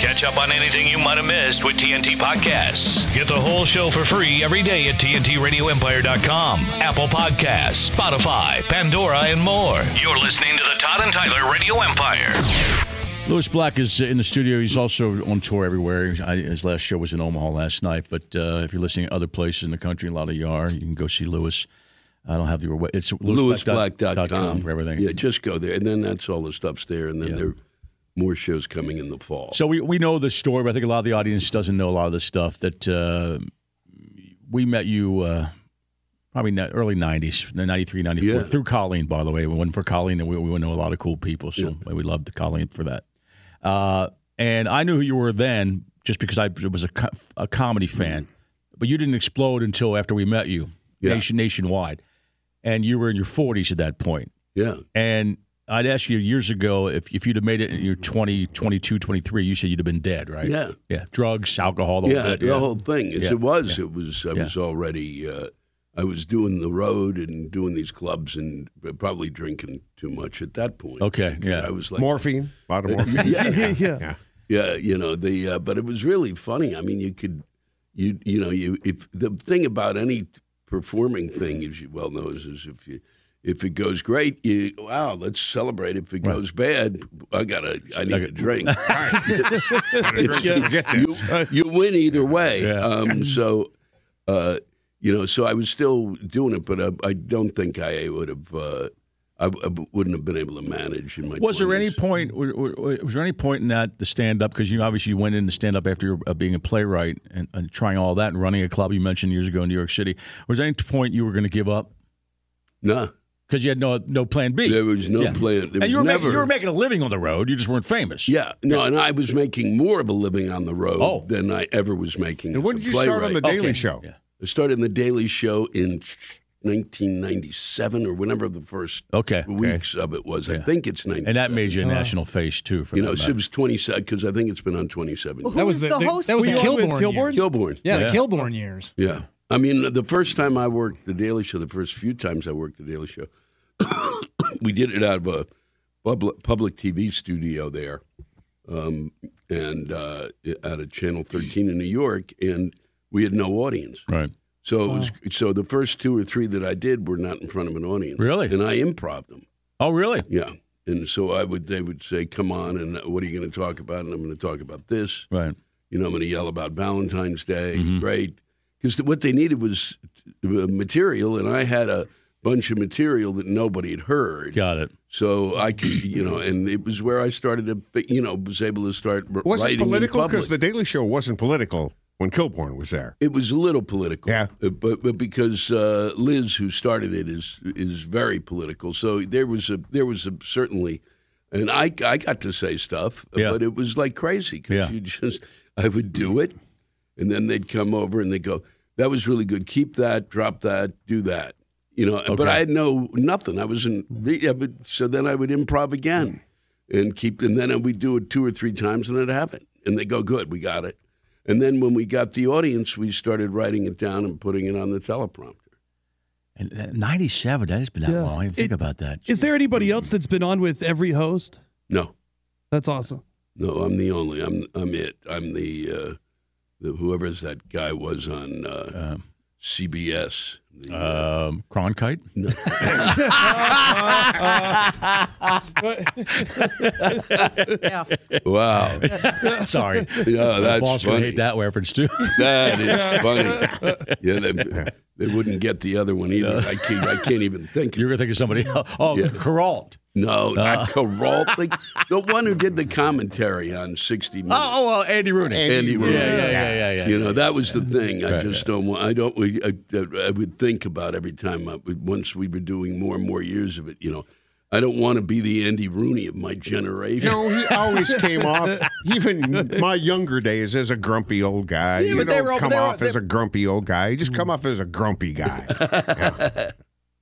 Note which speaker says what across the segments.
Speaker 1: Catch up on anything you might have missed with TNT Podcasts. Get the whole show for free every day at TNTRadioEmpire.com, Apple Podcasts, Spotify, Pandora, and more. You're listening to the Todd and Tyler Radio Empire.
Speaker 2: Lewis Black is uh, in the studio. He's also on tour everywhere. I, his last show was in Omaha last night. But uh, if you're listening to other places in the country, a lot of you are, you can go see Lewis. I don't have the web- it's lewisblack dot- dot com
Speaker 3: lewisblack.com
Speaker 2: for everything.
Speaker 3: Yeah, just go there. And then that's all the stuff's there. And then there are more shows coming in the fall.
Speaker 2: So we, we know the story, but I think a lot of the audience doesn't know a lot of the stuff that uh, we met you uh, probably in the early 90s, the 93, 94,
Speaker 3: Yeah.
Speaker 2: through Colleen, by the way. We went for Colleen, and we, we know a lot of cool people, so we loved the Colleen for that. Uh, and I knew who you were then just because I was a, co- a comedy fan, but you didn't explode until after we met you
Speaker 3: Yeah.
Speaker 2: nation, nationwide. And you were in your 40s at that point.
Speaker 3: yeah.
Speaker 2: And I'd asked you years ago if, if you'd have made it in your 20, 22, 23, you said you'd have been dead, right?
Speaker 3: Yeah.
Speaker 2: Yeah. Drugs, alcohol, the whole
Speaker 3: yeah,
Speaker 2: bit,
Speaker 3: the whole thing. It's,
Speaker 2: Yeah,
Speaker 3: It was. It was. I
Speaker 2: Yeah.
Speaker 3: was already. Uh, I was doing the road and doing these clubs and probably drinking too much at that point.
Speaker 2: Okay, yeah.
Speaker 3: I was like
Speaker 4: morphine, a lot of morphine. yeah, yeah.
Speaker 3: Yeah, you know the, uh, but it was really funny. I mean, you could, you you know, you if the thing about any performing thing, as you well know, is, is if you if it goes great, you wow, let's celebrate. If it goes bad, I gotta, I need a drink. you, you win either way.
Speaker 2: Yeah.
Speaker 3: Um, so, uh, you know, so I was still doing it, but I, I don't think I would have. Uh, I, I wouldn't have been able to manage in my.
Speaker 2: Was there any
Speaker 3: 20s.
Speaker 2: point? w- w- w- Was there any point in that the stand up? Because you obviously went into stand up after you were, uh, being a playwright and, and trying all that and running a club you mentioned years ago in New York City. Was there any point you were going to give up
Speaker 3: No,
Speaker 2: because you had no no plan B?
Speaker 3: there was no
Speaker 2: Yeah.
Speaker 3: plan. There
Speaker 2: and you were
Speaker 3: was never.
Speaker 2: making, you were making a living on the road. You just weren't famous.
Speaker 3: Yeah, no, and I was making more of a living on the road
Speaker 2: Oh.
Speaker 3: than I ever was making.
Speaker 4: And
Speaker 3: as
Speaker 4: when
Speaker 3: a
Speaker 4: did you start on
Speaker 3: playwright.
Speaker 4: the
Speaker 2: Okay.
Speaker 4: Daily Show?
Speaker 2: Yeah.
Speaker 3: I started in the Daily Show in 1997 or whenever the first
Speaker 2: Okay.
Speaker 3: weeks of it was. I
Speaker 2: Yeah.
Speaker 3: think it's 90.
Speaker 2: And that made you a national face too. For
Speaker 3: Uh, you
Speaker 2: that
Speaker 3: know, so
Speaker 2: matter.
Speaker 3: it was 27 because I think it's been on
Speaker 5: Oh,
Speaker 3: 27.
Speaker 6: That was the, host. That was the Kilborn. years.
Speaker 3: Kilborn.
Speaker 6: Yeah,
Speaker 2: Yeah.
Speaker 6: the Kilborn years.
Speaker 3: Yeah. I mean, the first time I worked the Daily Show, the first few times I worked the Daily Show, we did it out of a public, public TV studio there, um, and uh, out of Channel 13 in New York, and we had no audience.
Speaker 2: right.
Speaker 3: So it was, so the first two or three that I did were not in front of an audience.
Speaker 2: Really?
Speaker 3: And I improv them.
Speaker 2: Oh, really?
Speaker 3: Yeah. And so I would they would say, "Come on, and what are you going to talk about?" And I'm going to talk about this
Speaker 2: Right.
Speaker 3: you know, I'm going to yell about Valentine's Day.
Speaker 2: Mm-hmm.
Speaker 3: Great. Because what they needed was uh, material, and I had a bunch of material that nobody had heard.
Speaker 2: Got it.
Speaker 3: So I could, you know, and it was where I started to, you know, was able to start r-
Speaker 4: Was
Speaker 3: writing
Speaker 4: it
Speaker 3: in
Speaker 4: political?
Speaker 3: public.
Speaker 4: Because the Daily Show wasn't political when Kilborn was there.
Speaker 3: It was a little political,
Speaker 4: Yeah.
Speaker 3: uh, but, but because uh, Liz, who started it, is is very political. So there was a there was a certainly, and I, I got to say stuff,
Speaker 2: Yeah.
Speaker 3: but it was like crazy because
Speaker 2: Yeah.
Speaker 3: you just I would do it, and then they'd come over and they'd go, "That was really good. Keep that. Drop that. Do that." You know, but I had no nothing. I wasn't. re- Yeah, but so then I would improv again, and keep, and then we'd do it two or three times, and it'd happen. And they go, "Good, we got it." And then when we got the audience, we started writing it down and putting it on the teleprompter.
Speaker 2: And uh, 97, that has been that
Speaker 7: Yeah.
Speaker 2: long. I didn't think
Speaker 7: It-
Speaker 2: about that.
Speaker 7: Is there anybody else that's been on with every host?
Speaker 3: No,
Speaker 7: That's awesome.
Speaker 3: No, I'm the only. I'm I'm it. I'm the, uh, the whoever's that guy was on uh,
Speaker 2: Um,
Speaker 3: CBS. The,
Speaker 2: um, Cronkite?
Speaker 3: wow,
Speaker 2: Sorry.
Speaker 3: Yeah,
Speaker 2: My
Speaker 3: that's
Speaker 2: boss gonna
Speaker 3: funny.
Speaker 2: hate that reference, too.
Speaker 3: that is funny. Yeah, they, they wouldn't get the other one either. I can't. I can't even think.
Speaker 2: You're going to think of somebody else. Oh,
Speaker 3: Yeah.
Speaker 2: Geralt. Uh-huh.
Speaker 3: no, not Carol. The, the one who did the commentary on 60 Minutes.
Speaker 2: Oh, oh, oh, Andy Rooney.
Speaker 3: Andy
Speaker 2: Yeah,
Speaker 3: Rooney.
Speaker 2: yeah, yeah, yeah. yeah,
Speaker 3: You know, that was the thing. I just don't want, I don't, I, I would think about every time, I, would- once we were doing more and more years of it, you know, I don't want to be the Andy Rooney of my generation.
Speaker 4: No, he always came off, even my younger days, as a grumpy old guy.
Speaker 2: Yeah,
Speaker 4: you
Speaker 2: but
Speaker 4: don't
Speaker 2: they were all-
Speaker 4: come
Speaker 2: they were-
Speaker 4: off as a grumpy old guy. You just come off as a grumpy guy.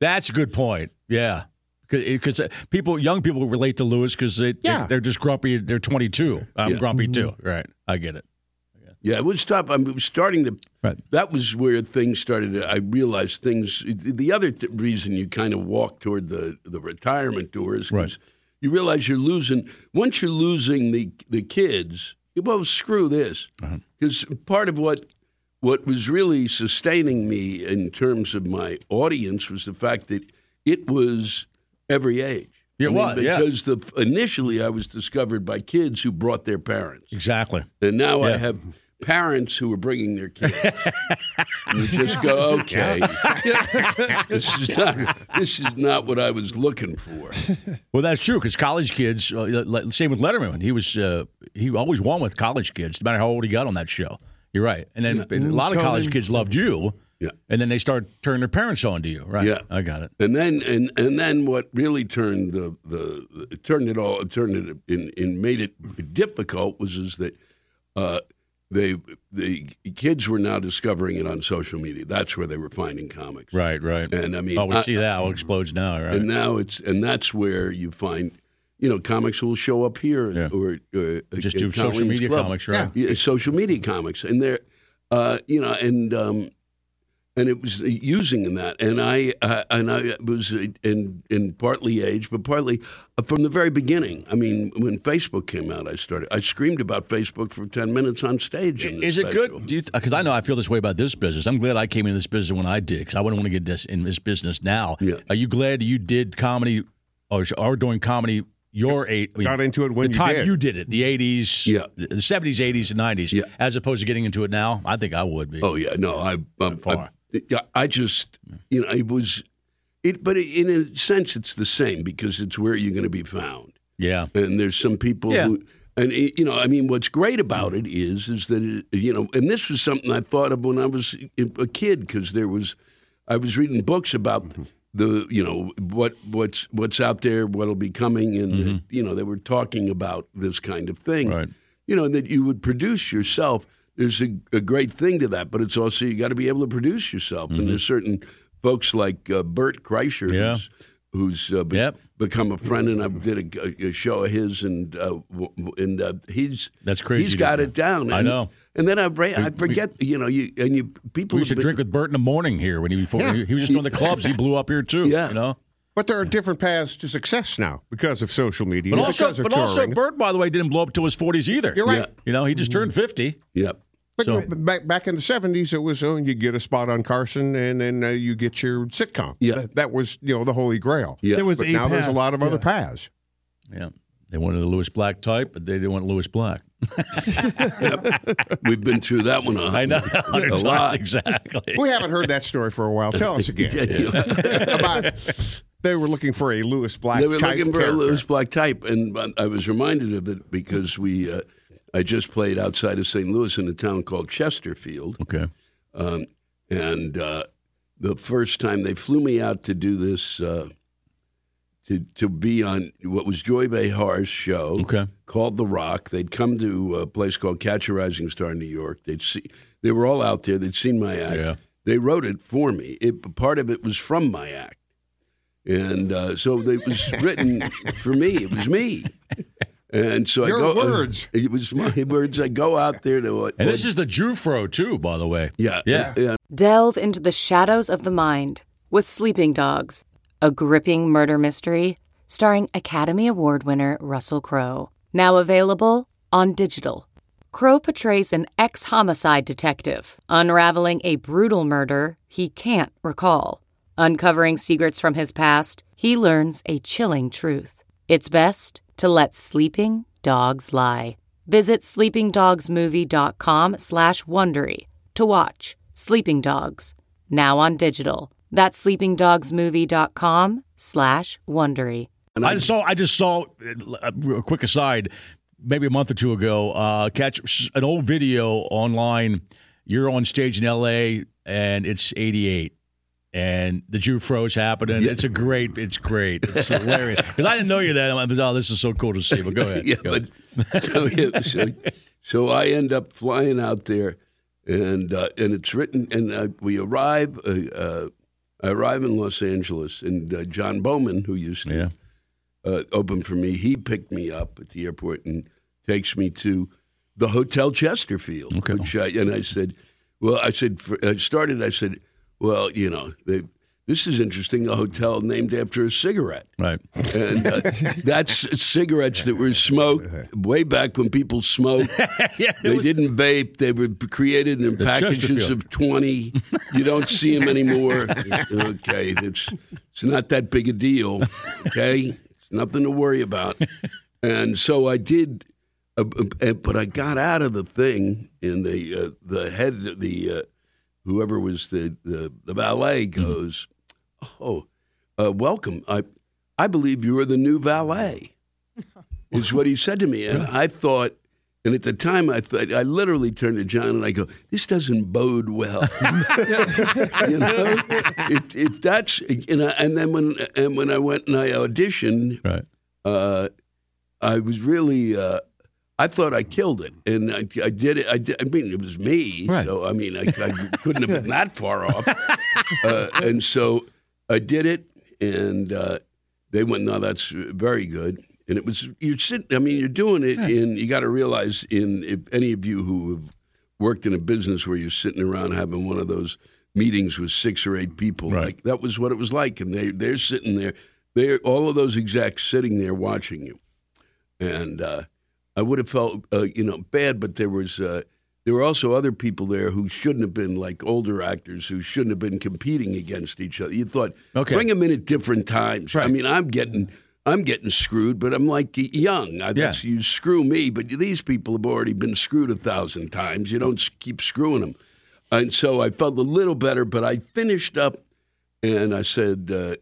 Speaker 2: That's a good point. Yeah. Because uh, people, young people relate to Lewis because they,
Speaker 4: Yeah.
Speaker 2: they, are just grumpy. They're 22. I'm
Speaker 3: Yeah.
Speaker 2: grumpy too. Right. I get it.
Speaker 3: Yeah, it was tough. I was starting to.
Speaker 2: Right.
Speaker 3: That was where things started. to- I realized things. The other th- reason you kind of walk toward the the retirement door is 'cause
Speaker 2: Right.
Speaker 3: you realize you're losing. Once you're losing the the kids, you well screw this
Speaker 2: Uh-huh.
Speaker 3: because part of what what was really sustaining me in terms of my audience was the fact that it was every age.
Speaker 2: It
Speaker 3: I mean,
Speaker 2: was, yeah.
Speaker 3: because the initially I was discovered by kids who brought their parents.
Speaker 2: Exactly.
Speaker 3: And now I
Speaker 2: Yeah.
Speaker 3: have parents who are bringing their kids. you just go, okay, this is not this is not what I was looking for.
Speaker 2: Well, that's true because college kids. Uh, like- same with Letterman. He was uh, he always won with college kids, no matter how old he got on that show. You're right. And then and a lot of college kids loved you.
Speaker 3: Mm-hmm. Yeah.
Speaker 2: And then they start turning their parents on to you. Right.
Speaker 3: Yeah.
Speaker 2: I got it.
Speaker 3: And then and and then what really turned the the, the turned it all turned it in and made it difficult was is that uh, they the kids were now discovering it on social media. That's where they were finding comics.
Speaker 2: Right. Right.
Speaker 3: And I mean,
Speaker 2: oh, we
Speaker 3: I-
Speaker 2: see that. How it explodes now. Right.
Speaker 3: and now it's and that's where you find you know comics will show up here
Speaker 2: Yeah.
Speaker 3: or, or
Speaker 2: Just
Speaker 3: at
Speaker 2: do social
Speaker 3: Colleen's
Speaker 2: media
Speaker 3: Club.
Speaker 2: comics, right?
Speaker 3: yeah, social media comics and they're uh, you know and um, and it was using that and I uh, and I was uh, in in partly age but partly uh, from the very beginning I mean when Facebook came out I started I screamed about Facebook for 10 minutes on stage in
Speaker 2: Is
Speaker 3: this
Speaker 2: it
Speaker 3: special.
Speaker 2: good? Because I know I feel this way about this business. I'm glad I came in this business when I did because I wouldn't want to get this in this business now.
Speaker 3: Yeah.
Speaker 2: Are you glad you did comedy or are doing comedy your eight? I mean,
Speaker 4: Got into it when
Speaker 2: the
Speaker 4: you
Speaker 2: time
Speaker 4: did.
Speaker 2: you did it, the 80s,
Speaker 3: Yeah.
Speaker 2: the 70s, 80s, and 90s,
Speaker 3: Yeah.
Speaker 2: as opposed to getting into it now? I think I would be.
Speaker 3: Oh yeah, no, I, I,
Speaker 2: far.
Speaker 3: I, yeah, I just, you know, it was, it, but in a sense, it's the same because it's where you're going to be found,
Speaker 2: Yeah.
Speaker 3: and there's some people
Speaker 2: Yeah.
Speaker 3: who, and it, you know, I mean, what's great about it is, is that it, you know, and this was something I thought of when I was eh, a kid because there was, I was reading books about. The you know what what's what's out there what'll be coming and you know they were talking about this kind of thing
Speaker 2: Mm-hmm. Right.
Speaker 3: you know, that you would produce yourself. There's a, a great thing to that, but it's also you got to be able to produce yourself. And there's certain folks like uh, Bert Kreischer,
Speaker 2: Mm-hmm. Yeah.
Speaker 3: who's, who's uh, be-
Speaker 2: Yep.
Speaker 3: become a friend, and I did a, a show of his, and uh, w- w- and uh, he's
Speaker 2: That's crazy,
Speaker 3: He's got
Speaker 2: isn't
Speaker 3: it down.
Speaker 2: I
Speaker 3: And-
Speaker 2: know.
Speaker 3: And then I ra- I forget, you know, you and you people
Speaker 2: We
Speaker 3: have
Speaker 2: should
Speaker 3: been-
Speaker 2: drink with Bert in the morning here when he before he, he was just doing the clubs. He blew up here too.
Speaker 3: Yeah.
Speaker 2: You know?
Speaker 4: But there are different paths to success now because of social media,
Speaker 2: But also,
Speaker 4: because of
Speaker 2: but
Speaker 4: touring.
Speaker 2: also Bert, by the way, didn't blow up till his 40s either.
Speaker 4: You're Mm. right.
Speaker 3: Yeah.
Speaker 2: You know, he just turned 50.
Speaker 3: Yep.
Speaker 4: But
Speaker 2: So-
Speaker 4: b- back back in the seventies, it was oh, you get a spot on Carson, and then uh, you get your sitcom.
Speaker 3: Yeah.
Speaker 4: that, that was you know the holy grail.
Speaker 3: Yeah.
Speaker 7: There was
Speaker 4: but
Speaker 7: a
Speaker 4: now there's a
Speaker 7: path.
Speaker 4: lot of
Speaker 7: Yeah.
Speaker 4: other paths.
Speaker 2: Yeah. They wanted the Lewis Black type, but they didn't want Lewis Black.
Speaker 3: We've been through that one. a-
Speaker 2: I know.
Speaker 3: a
Speaker 2: 100 times,
Speaker 3: lot.
Speaker 2: Exactly.
Speaker 4: We haven't heard that story for a while. Tell us again about they were looking for a Lewis Black.
Speaker 3: They were
Speaker 4: type
Speaker 3: looking for a
Speaker 4: character.
Speaker 3: Lewis Black type, and I- I was reminded of it because we, uh, I just played outside of St. Louis in a town called Chesterfield,
Speaker 2: Okay.
Speaker 3: um, and uh, the first time they flew me out to do this, uh, to to be on what was Joy Behar's show
Speaker 2: Okay.
Speaker 3: called The Rock. They'd come to a place called Catch a Rising Star in New York. They'd see they were all out there. They'd seen my act.
Speaker 2: Yeah.
Speaker 3: They wrote it for me. It part of it was from my act, and uh, so it was written for me. It was me. And so
Speaker 4: Your
Speaker 3: I go, uh,
Speaker 4: words.
Speaker 3: it was my words. I go out there to. uh,
Speaker 2: And this is the Jufro too, by the way.
Speaker 3: Yeah,
Speaker 2: Yeah.
Speaker 5: Delve into the shadows of the mind with Sleeping Dogs, a gripping murder mystery starring Academy Award winner Russell Crowe. Now available on digital. Crowe portrays an ex homicide detective unraveling a brutal murder he can't recall. Uncovering secrets from his past, he learns a chilling truth. It's best to let sleeping dogs lie. Visit sleepingdogsmovie.com slash Wondery to watch Sleeping Dogs, now on digital. That's sleepingdogsmovie.com slash Wondery.
Speaker 2: I just saw. I just saw. uh, A quick aside, maybe a month or two ago, uh, catch an old video online. You're on stage in L.A. and it's '88, and the Jufro is happening. It's a great. It's great. It's hilarious because I didn't know you then. I was, oh, this is so cool to see. But go ahead.
Speaker 3: yeah,
Speaker 2: Go ahead.
Speaker 3: but so, yeah, so, so I end up flying out there, and uh, and it's written, and uh, we arrive. Uh, uh, I arrive in Los Angeles, and uh, John Bowman, who used to
Speaker 2: Yeah.
Speaker 3: uh, open for me, he picked me up at the airport and takes me to the Hotel Chesterfield,
Speaker 2: Okay.
Speaker 3: which I, and I said, well, I said for, I started. I said, well, you know, they, this is interesting. A hotel named after a cigarette
Speaker 2: right.
Speaker 3: and uh, that's cigarettes that were smoked way back when people smoked. they didn't vape. They were created in packages
Speaker 2: Chesterfield.
Speaker 3: of twenty. You don't see them anymore. okay, it's it's not that big a deal. Okay, it's nothing to worry about. And so I did, uh, uh, but I got out of the thing, and the uh, the head the uh, whoever was the the, the valet goes, "Oh, uh, welcome. I I believe you are the new valet," is what he said to me, and I thought. And at the time, I thought, I literally turned to John and I go, "This doesn't bode well." you know, if, if that's you know, and then when and when I went and I auditioned,
Speaker 2: Right.
Speaker 3: uh, I was really, uh, I thought I killed it, and I, I did it. I, did, I mean, it was me,
Speaker 2: Right.
Speaker 3: so I mean, I, I couldn't have been that far off. Uh, and so I did it, and uh, they went, "No, that's very good." And it was you're sitting. I mean, you're doing it, and you got to realize, in if any of you who have worked in a business where you're sitting around having one of those meetings with six or eight people,
Speaker 2: Right.
Speaker 3: like that was what it was like, and they they're sitting there, they're all of those execs sitting there watching you, and uh, I would have felt uh, you know bad, but there was. Uh, there were also other people there who shouldn't have been like older actors who shouldn't have been competing against each other. You thought,
Speaker 2: Okay.
Speaker 3: bring them in at different times. I
Speaker 2: Right.
Speaker 3: mean, I'm getting I'm getting screwed, but I'm like young. I, that's, you screw me, but these people have already been screwed a thousand times. You don't s- keep screwing them, and so I felt a little better. But I finished up, and I said, uh,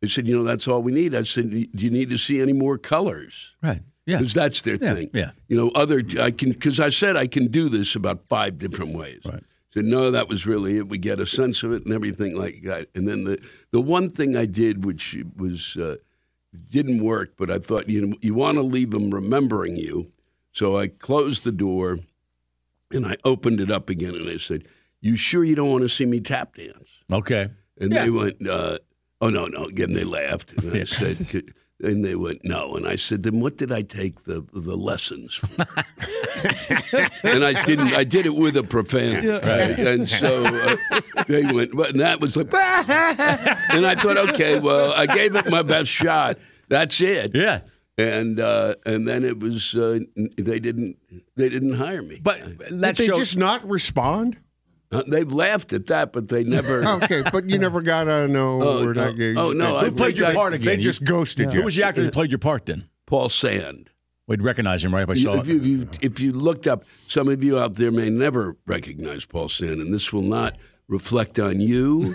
Speaker 3: I said, you know, that's all we need. I said, do you need to see any more colors?
Speaker 2: Right. Yeah.
Speaker 3: because that's their
Speaker 2: Yeah,
Speaker 3: thing.
Speaker 2: yeah.
Speaker 3: You know, other I can because I said I can do this about five different ways.
Speaker 2: Right.
Speaker 3: Said no, that was really it. We get a sense of it and everything like that. And then the the one thing I did, which was uh, didn't work, but I thought you know, you want to leave them remembering you. So I closed the door, and I opened it up again, and I said, "You sure you don't want to see me tap dance?"
Speaker 2: Okay.
Speaker 3: And they went, uh, oh, no, no. Again, they laughed. And I said, "Could-" and they went, no. And I said, then what did I take the, the lessons from? and I didn't, I did it with a profanity. And so uh, they went, well, and that was like, and I thought, okay, well, I gave it my best shot. That's it.
Speaker 2: Yeah.
Speaker 3: And uh, and then it was uh, n- they didn't they didn't hire me.
Speaker 2: But that
Speaker 4: Did they
Speaker 2: show.
Speaker 4: just not respond?
Speaker 3: Uh, they've laughed at that, but they never.
Speaker 2: Oh.
Speaker 4: Okay, but you never got a no.
Speaker 3: Oh,
Speaker 4: we're
Speaker 3: no.
Speaker 4: not getting-
Speaker 3: Oh, no,
Speaker 4: They,
Speaker 3: I-
Speaker 2: who played your
Speaker 3: they-
Speaker 2: part
Speaker 4: they
Speaker 2: again? You-
Speaker 4: just ghosted
Speaker 2: who
Speaker 4: you.
Speaker 2: was the actor that played your part then?
Speaker 3: Paul Sand.
Speaker 2: We'd recognize him, right? If I
Speaker 3: You-
Speaker 2: saw
Speaker 3: if,
Speaker 2: it.
Speaker 3: you, if, you, if you looked up, some of you out there may never recognize Paul Sand, and this will not reflect on you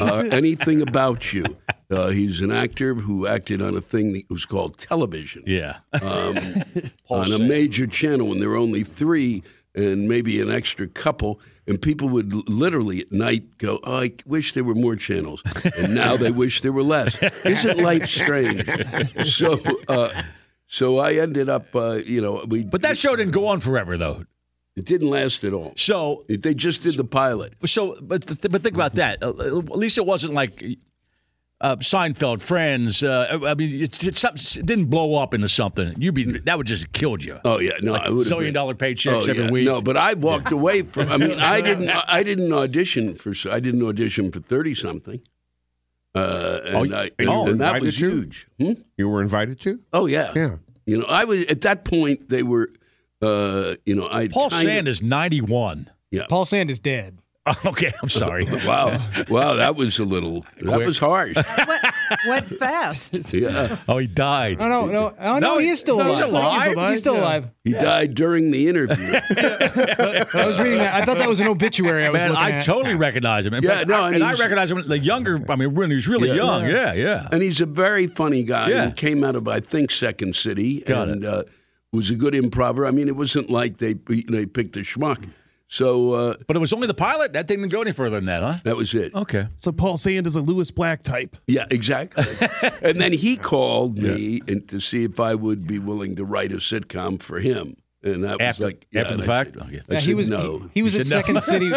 Speaker 3: or anything about you. Uh, he's an actor who acted on a thing that was called television
Speaker 2: yeah.
Speaker 3: um, on a major channel when there were only three and maybe an extra couple, and people would l- literally at night go, oh, I wish there were more channels. And now they wish there were less. Isn't life strange? So, uh, so I ended up, uh, you know, we.
Speaker 2: But that show didn't go on forever, though.
Speaker 3: It didn't last at all.
Speaker 2: So
Speaker 3: It- They just did the pilot.
Speaker 2: So, but th- but think about that. Uh, At least it wasn't like uh, Seinfeld, Friends. Uh, I mean, it, it, some- it didn't blow up into something. You'd be that would just have killed you.
Speaker 3: Oh yeah, no,
Speaker 2: Like
Speaker 3: I would
Speaker 2: zillion dollar paychecks every
Speaker 3: yeah.
Speaker 2: week.
Speaker 3: No, but I walked away from. I mean, I didn't. I didn't audition for. I didn't audition for thirty something. Uh, and,
Speaker 2: Oh,
Speaker 4: you-
Speaker 3: I,
Speaker 4: and you
Speaker 3: and
Speaker 4: were
Speaker 3: that
Speaker 4: invited
Speaker 3: was
Speaker 4: to?
Speaker 3: huge. Hmm?
Speaker 4: You were invited to?
Speaker 3: Oh yeah,
Speaker 4: Yeah.
Speaker 3: You know, I was at that point. They were, uh, you know, I
Speaker 2: Paul Sand is ninety one.
Speaker 6: Paul Sand is dead.
Speaker 2: Okay, I'm sorry.
Speaker 3: Wow, wow, that was a little. That was harsh.
Speaker 8: Went fast.
Speaker 3: yeah,
Speaker 2: Oh, he died.
Speaker 6: No, no, no. Oh, no,
Speaker 2: No,
Speaker 6: he is still
Speaker 2: no,
Speaker 6: alive.
Speaker 2: he's alive.
Speaker 6: He's still alive.
Speaker 3: he died during the interview.
Speaker 6: I was reading that. I thought that was an obituary I was
Speaker 2: Man,
Speaker 6: looking
Speaker 2: I
Speaker 6: at.
Speaker 2: totally recognize him. And-
Speaker 3: Yeah, no, and
Speaker 2: and I
Speaker 3: he's-
Speaker 2: recognize him. The younger, I mean, when he was really
Speaker 3: Yeah.
Speaker 2: young. Yeah, yeah.
Speaker 3: And he's a very funny guy.
Speaker 2: Yeah.
Speaker 3: He came out of, I think, Second City
Speaker 2: Got
Speaker 3: and Uh, was a good improver. I mean, it wasn't like they they picked a schmuck. So uh,
Speaker 2: But it was only the pilot. That didn't go any further than that, huh?
Speaker 3: that was it.
Speaker 2: Okay.
Speaker 7: So Paul Sand is a Lewis Black type.
Speaker 3: Yeah, exactly. and then he called me and to see if I would be willing to write a sitcom for him. And that
Speaker 2: After-
Speaker 3: was like yeah,
Speaker 2: after the
Speaker 3: and I
Speaker 2: fact? Oh,
Speaker 3: said-
Speaker 2: Okay.
Speaker 3: I
Speaker 6: Yeah, he
Speaker 3: said
Speaker 6: was
Speaker 3: no.
Speaker 6: he, he was
Speaker 2: You
Speaker 6: at
Speaker 2: said
Speaker 6: Second
Speaker 2: no.
Speaker 6: City.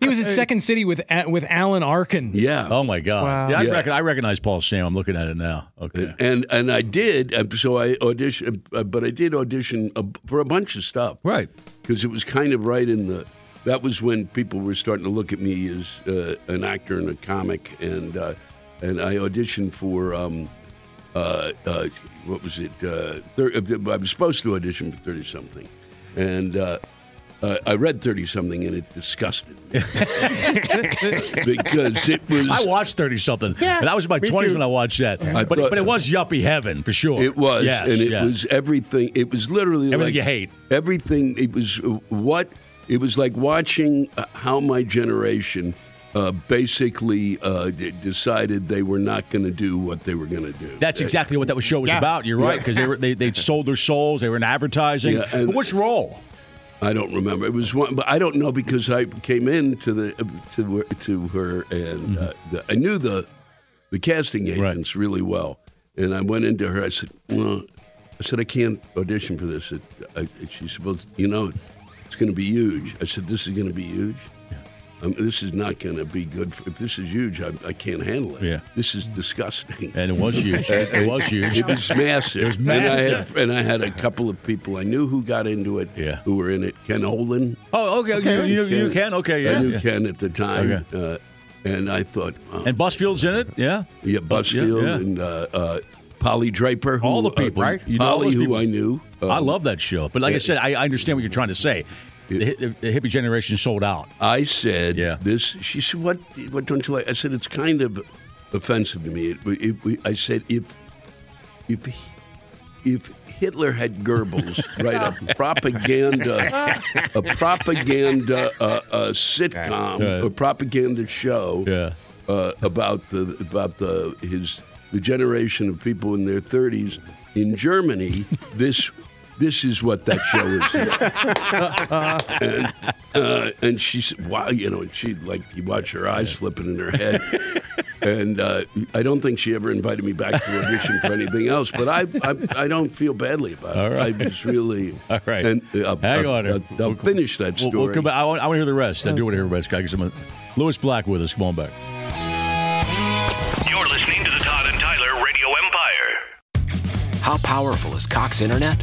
Speaker 6: He was at Second City with A- with Alan Arkin.
Speaker 3: yeah.
Speaker 2: Oh my God.
Speaker 6: Wow.
Speaker 2: Yeah, I,
Speaker 3: Yeah.
Speaker 2: Reckon, I recognize Paul Sam. I'm looking at it now. Okay.
Speaker 3: And and I did. uh, So I auditioned, uh, but I did audition a, for a bunch of stuff.
Speaker 2: Right.
Speaker 3: because it was kind of right in the. That was when people were starting to look at me as uh, an actor and a comic, and uh, and I auditioned for um, uh, uh, what was it? Uh, thir- I was supposed to audition for thirty something, and uh, uh, I read thirty something, and it disgusted me because it was.
Speaker 2: I watched 30 something. and I was in my
Speaker 4: me
Speaker 2: 20s
Speaker 4: too.
Speaker 2: when I watched that.
Speaker 3: I
Speaker 2: but,
Speaker 3: thought-
Speaker 2: but it was yuppie heaven for sure.
Speaker 3: It was,
Speaker 2: Yes,
Speaker 3: and it
Speaker 2: yes.
Speaker 3: was everything. It was literally
Speaker 2: Everything
Speaker 3: like-
Speaker 2: you hate.
Speaker 3: Everything. It was uh, what it was like watching uh, how my generation uh, basically uh, d- decided they were not going to do what they were going to do.
Speaker 2: That's exactly what that show was about. You're right because they were they they sold their souls. They were in advertising.
Speaker 3: Yeah, and-
Speaker 2: But Which role?
Speaker 3: I don't remember. It was one, but I don't know because I came in to the to where- to her and
Speaker 2: Mm-hmm.
Speaker 3: uh, the, I knew the the casting agents really well, and I went into her. I said, "Well," I said, "I can't audition for this." It, I, it- she said, "Well, you know, it's going to be huge." I said, "This is going to be huge." Um, this is not going to be good. For, if this is huge, I, I can't handle it.
Speaker 2: Yeah.
Speaker 3: This is disgusting.
Speaker 2: And it was huge. it was huge.
Speaker 3: It was massive.
Speaker 2: It was massive.
Speaker 3: And I, had, and I had a couple of people I knew who got into it,
Speaker 2: Yeah.
Speaker 3: who were in it. Ken Olin.
Speaker 2: Oh, okay. You, you, you can. Okay. Yeah.
Speaker 3: I knew
Speaker 2: yeah.
Speaker 3: Ken at the time. Uh, and I thought, wow.
Speaker 2: And Busfield's in it. Yeah.
Speaker 3: yeah,
Speaker 2: Bus- yeah,
Speaker 3: Busfield
Speaker 2: yeah.
Speaker 3: and uh, uh, Polly Draper. Who,
Speaker 2: All the
Speaker 3: uh,
Speaker 2: people, right? You know all
Speaker 3: Polly,
Speaker 2: those
Speaker 3: who
Speaker 2: people.
Speaker 3: I knew.
Speaker 2: I
Speaker 3: Um,
Speaker 2: love that show. But like I said, I, I understand what you're trying to say. The, hi- the hippie generation sold out.
Speaker 3: I said
Speaker 2: Yeah.
Speaker 3: this. She said, "What? What don't you like?" I said, "It's kind of offensive to me." It, it, it, I said, "If if if Hitler had Goebbels write a propaganda a propaganda uh, uh, sitcom,
Speaker 2: Yeah.
Speaker 3: a propaganda show
Speaker 2: Yeah.
Speaker 3: uh, about the about the his the generation of people in their 30s in Germany, this." This is what that show is. Uh, and she said, "Wow, you know." And she like you watch her eyes flipping in her head. and uh, I don't think she ever invited me back to audition for anything else. But I, I, I don't feel badly about it.
Speaker 2: All right.
Speaker 3: I was really.
Speaker 2: All right.
Speaker 3: And uh,
Speaker 2: Hang
Speaker 3: uh,
Speaker 2: on here.
Speaker 3: uh, I'll,
Speaker 2: We'll-
Speaker 3: finish that
Speaker 2: We'll,
Speaker 3: story.
Speaker 2: we'll come back. I want, I want to hear the rest. I do want to hear the rest. Guy, because Lewis Black with us. Come on back.
Speaker 1: You're listening to the Todd and Tyler Radio Empire.
Speaker 9: How powerful is Cox Internet?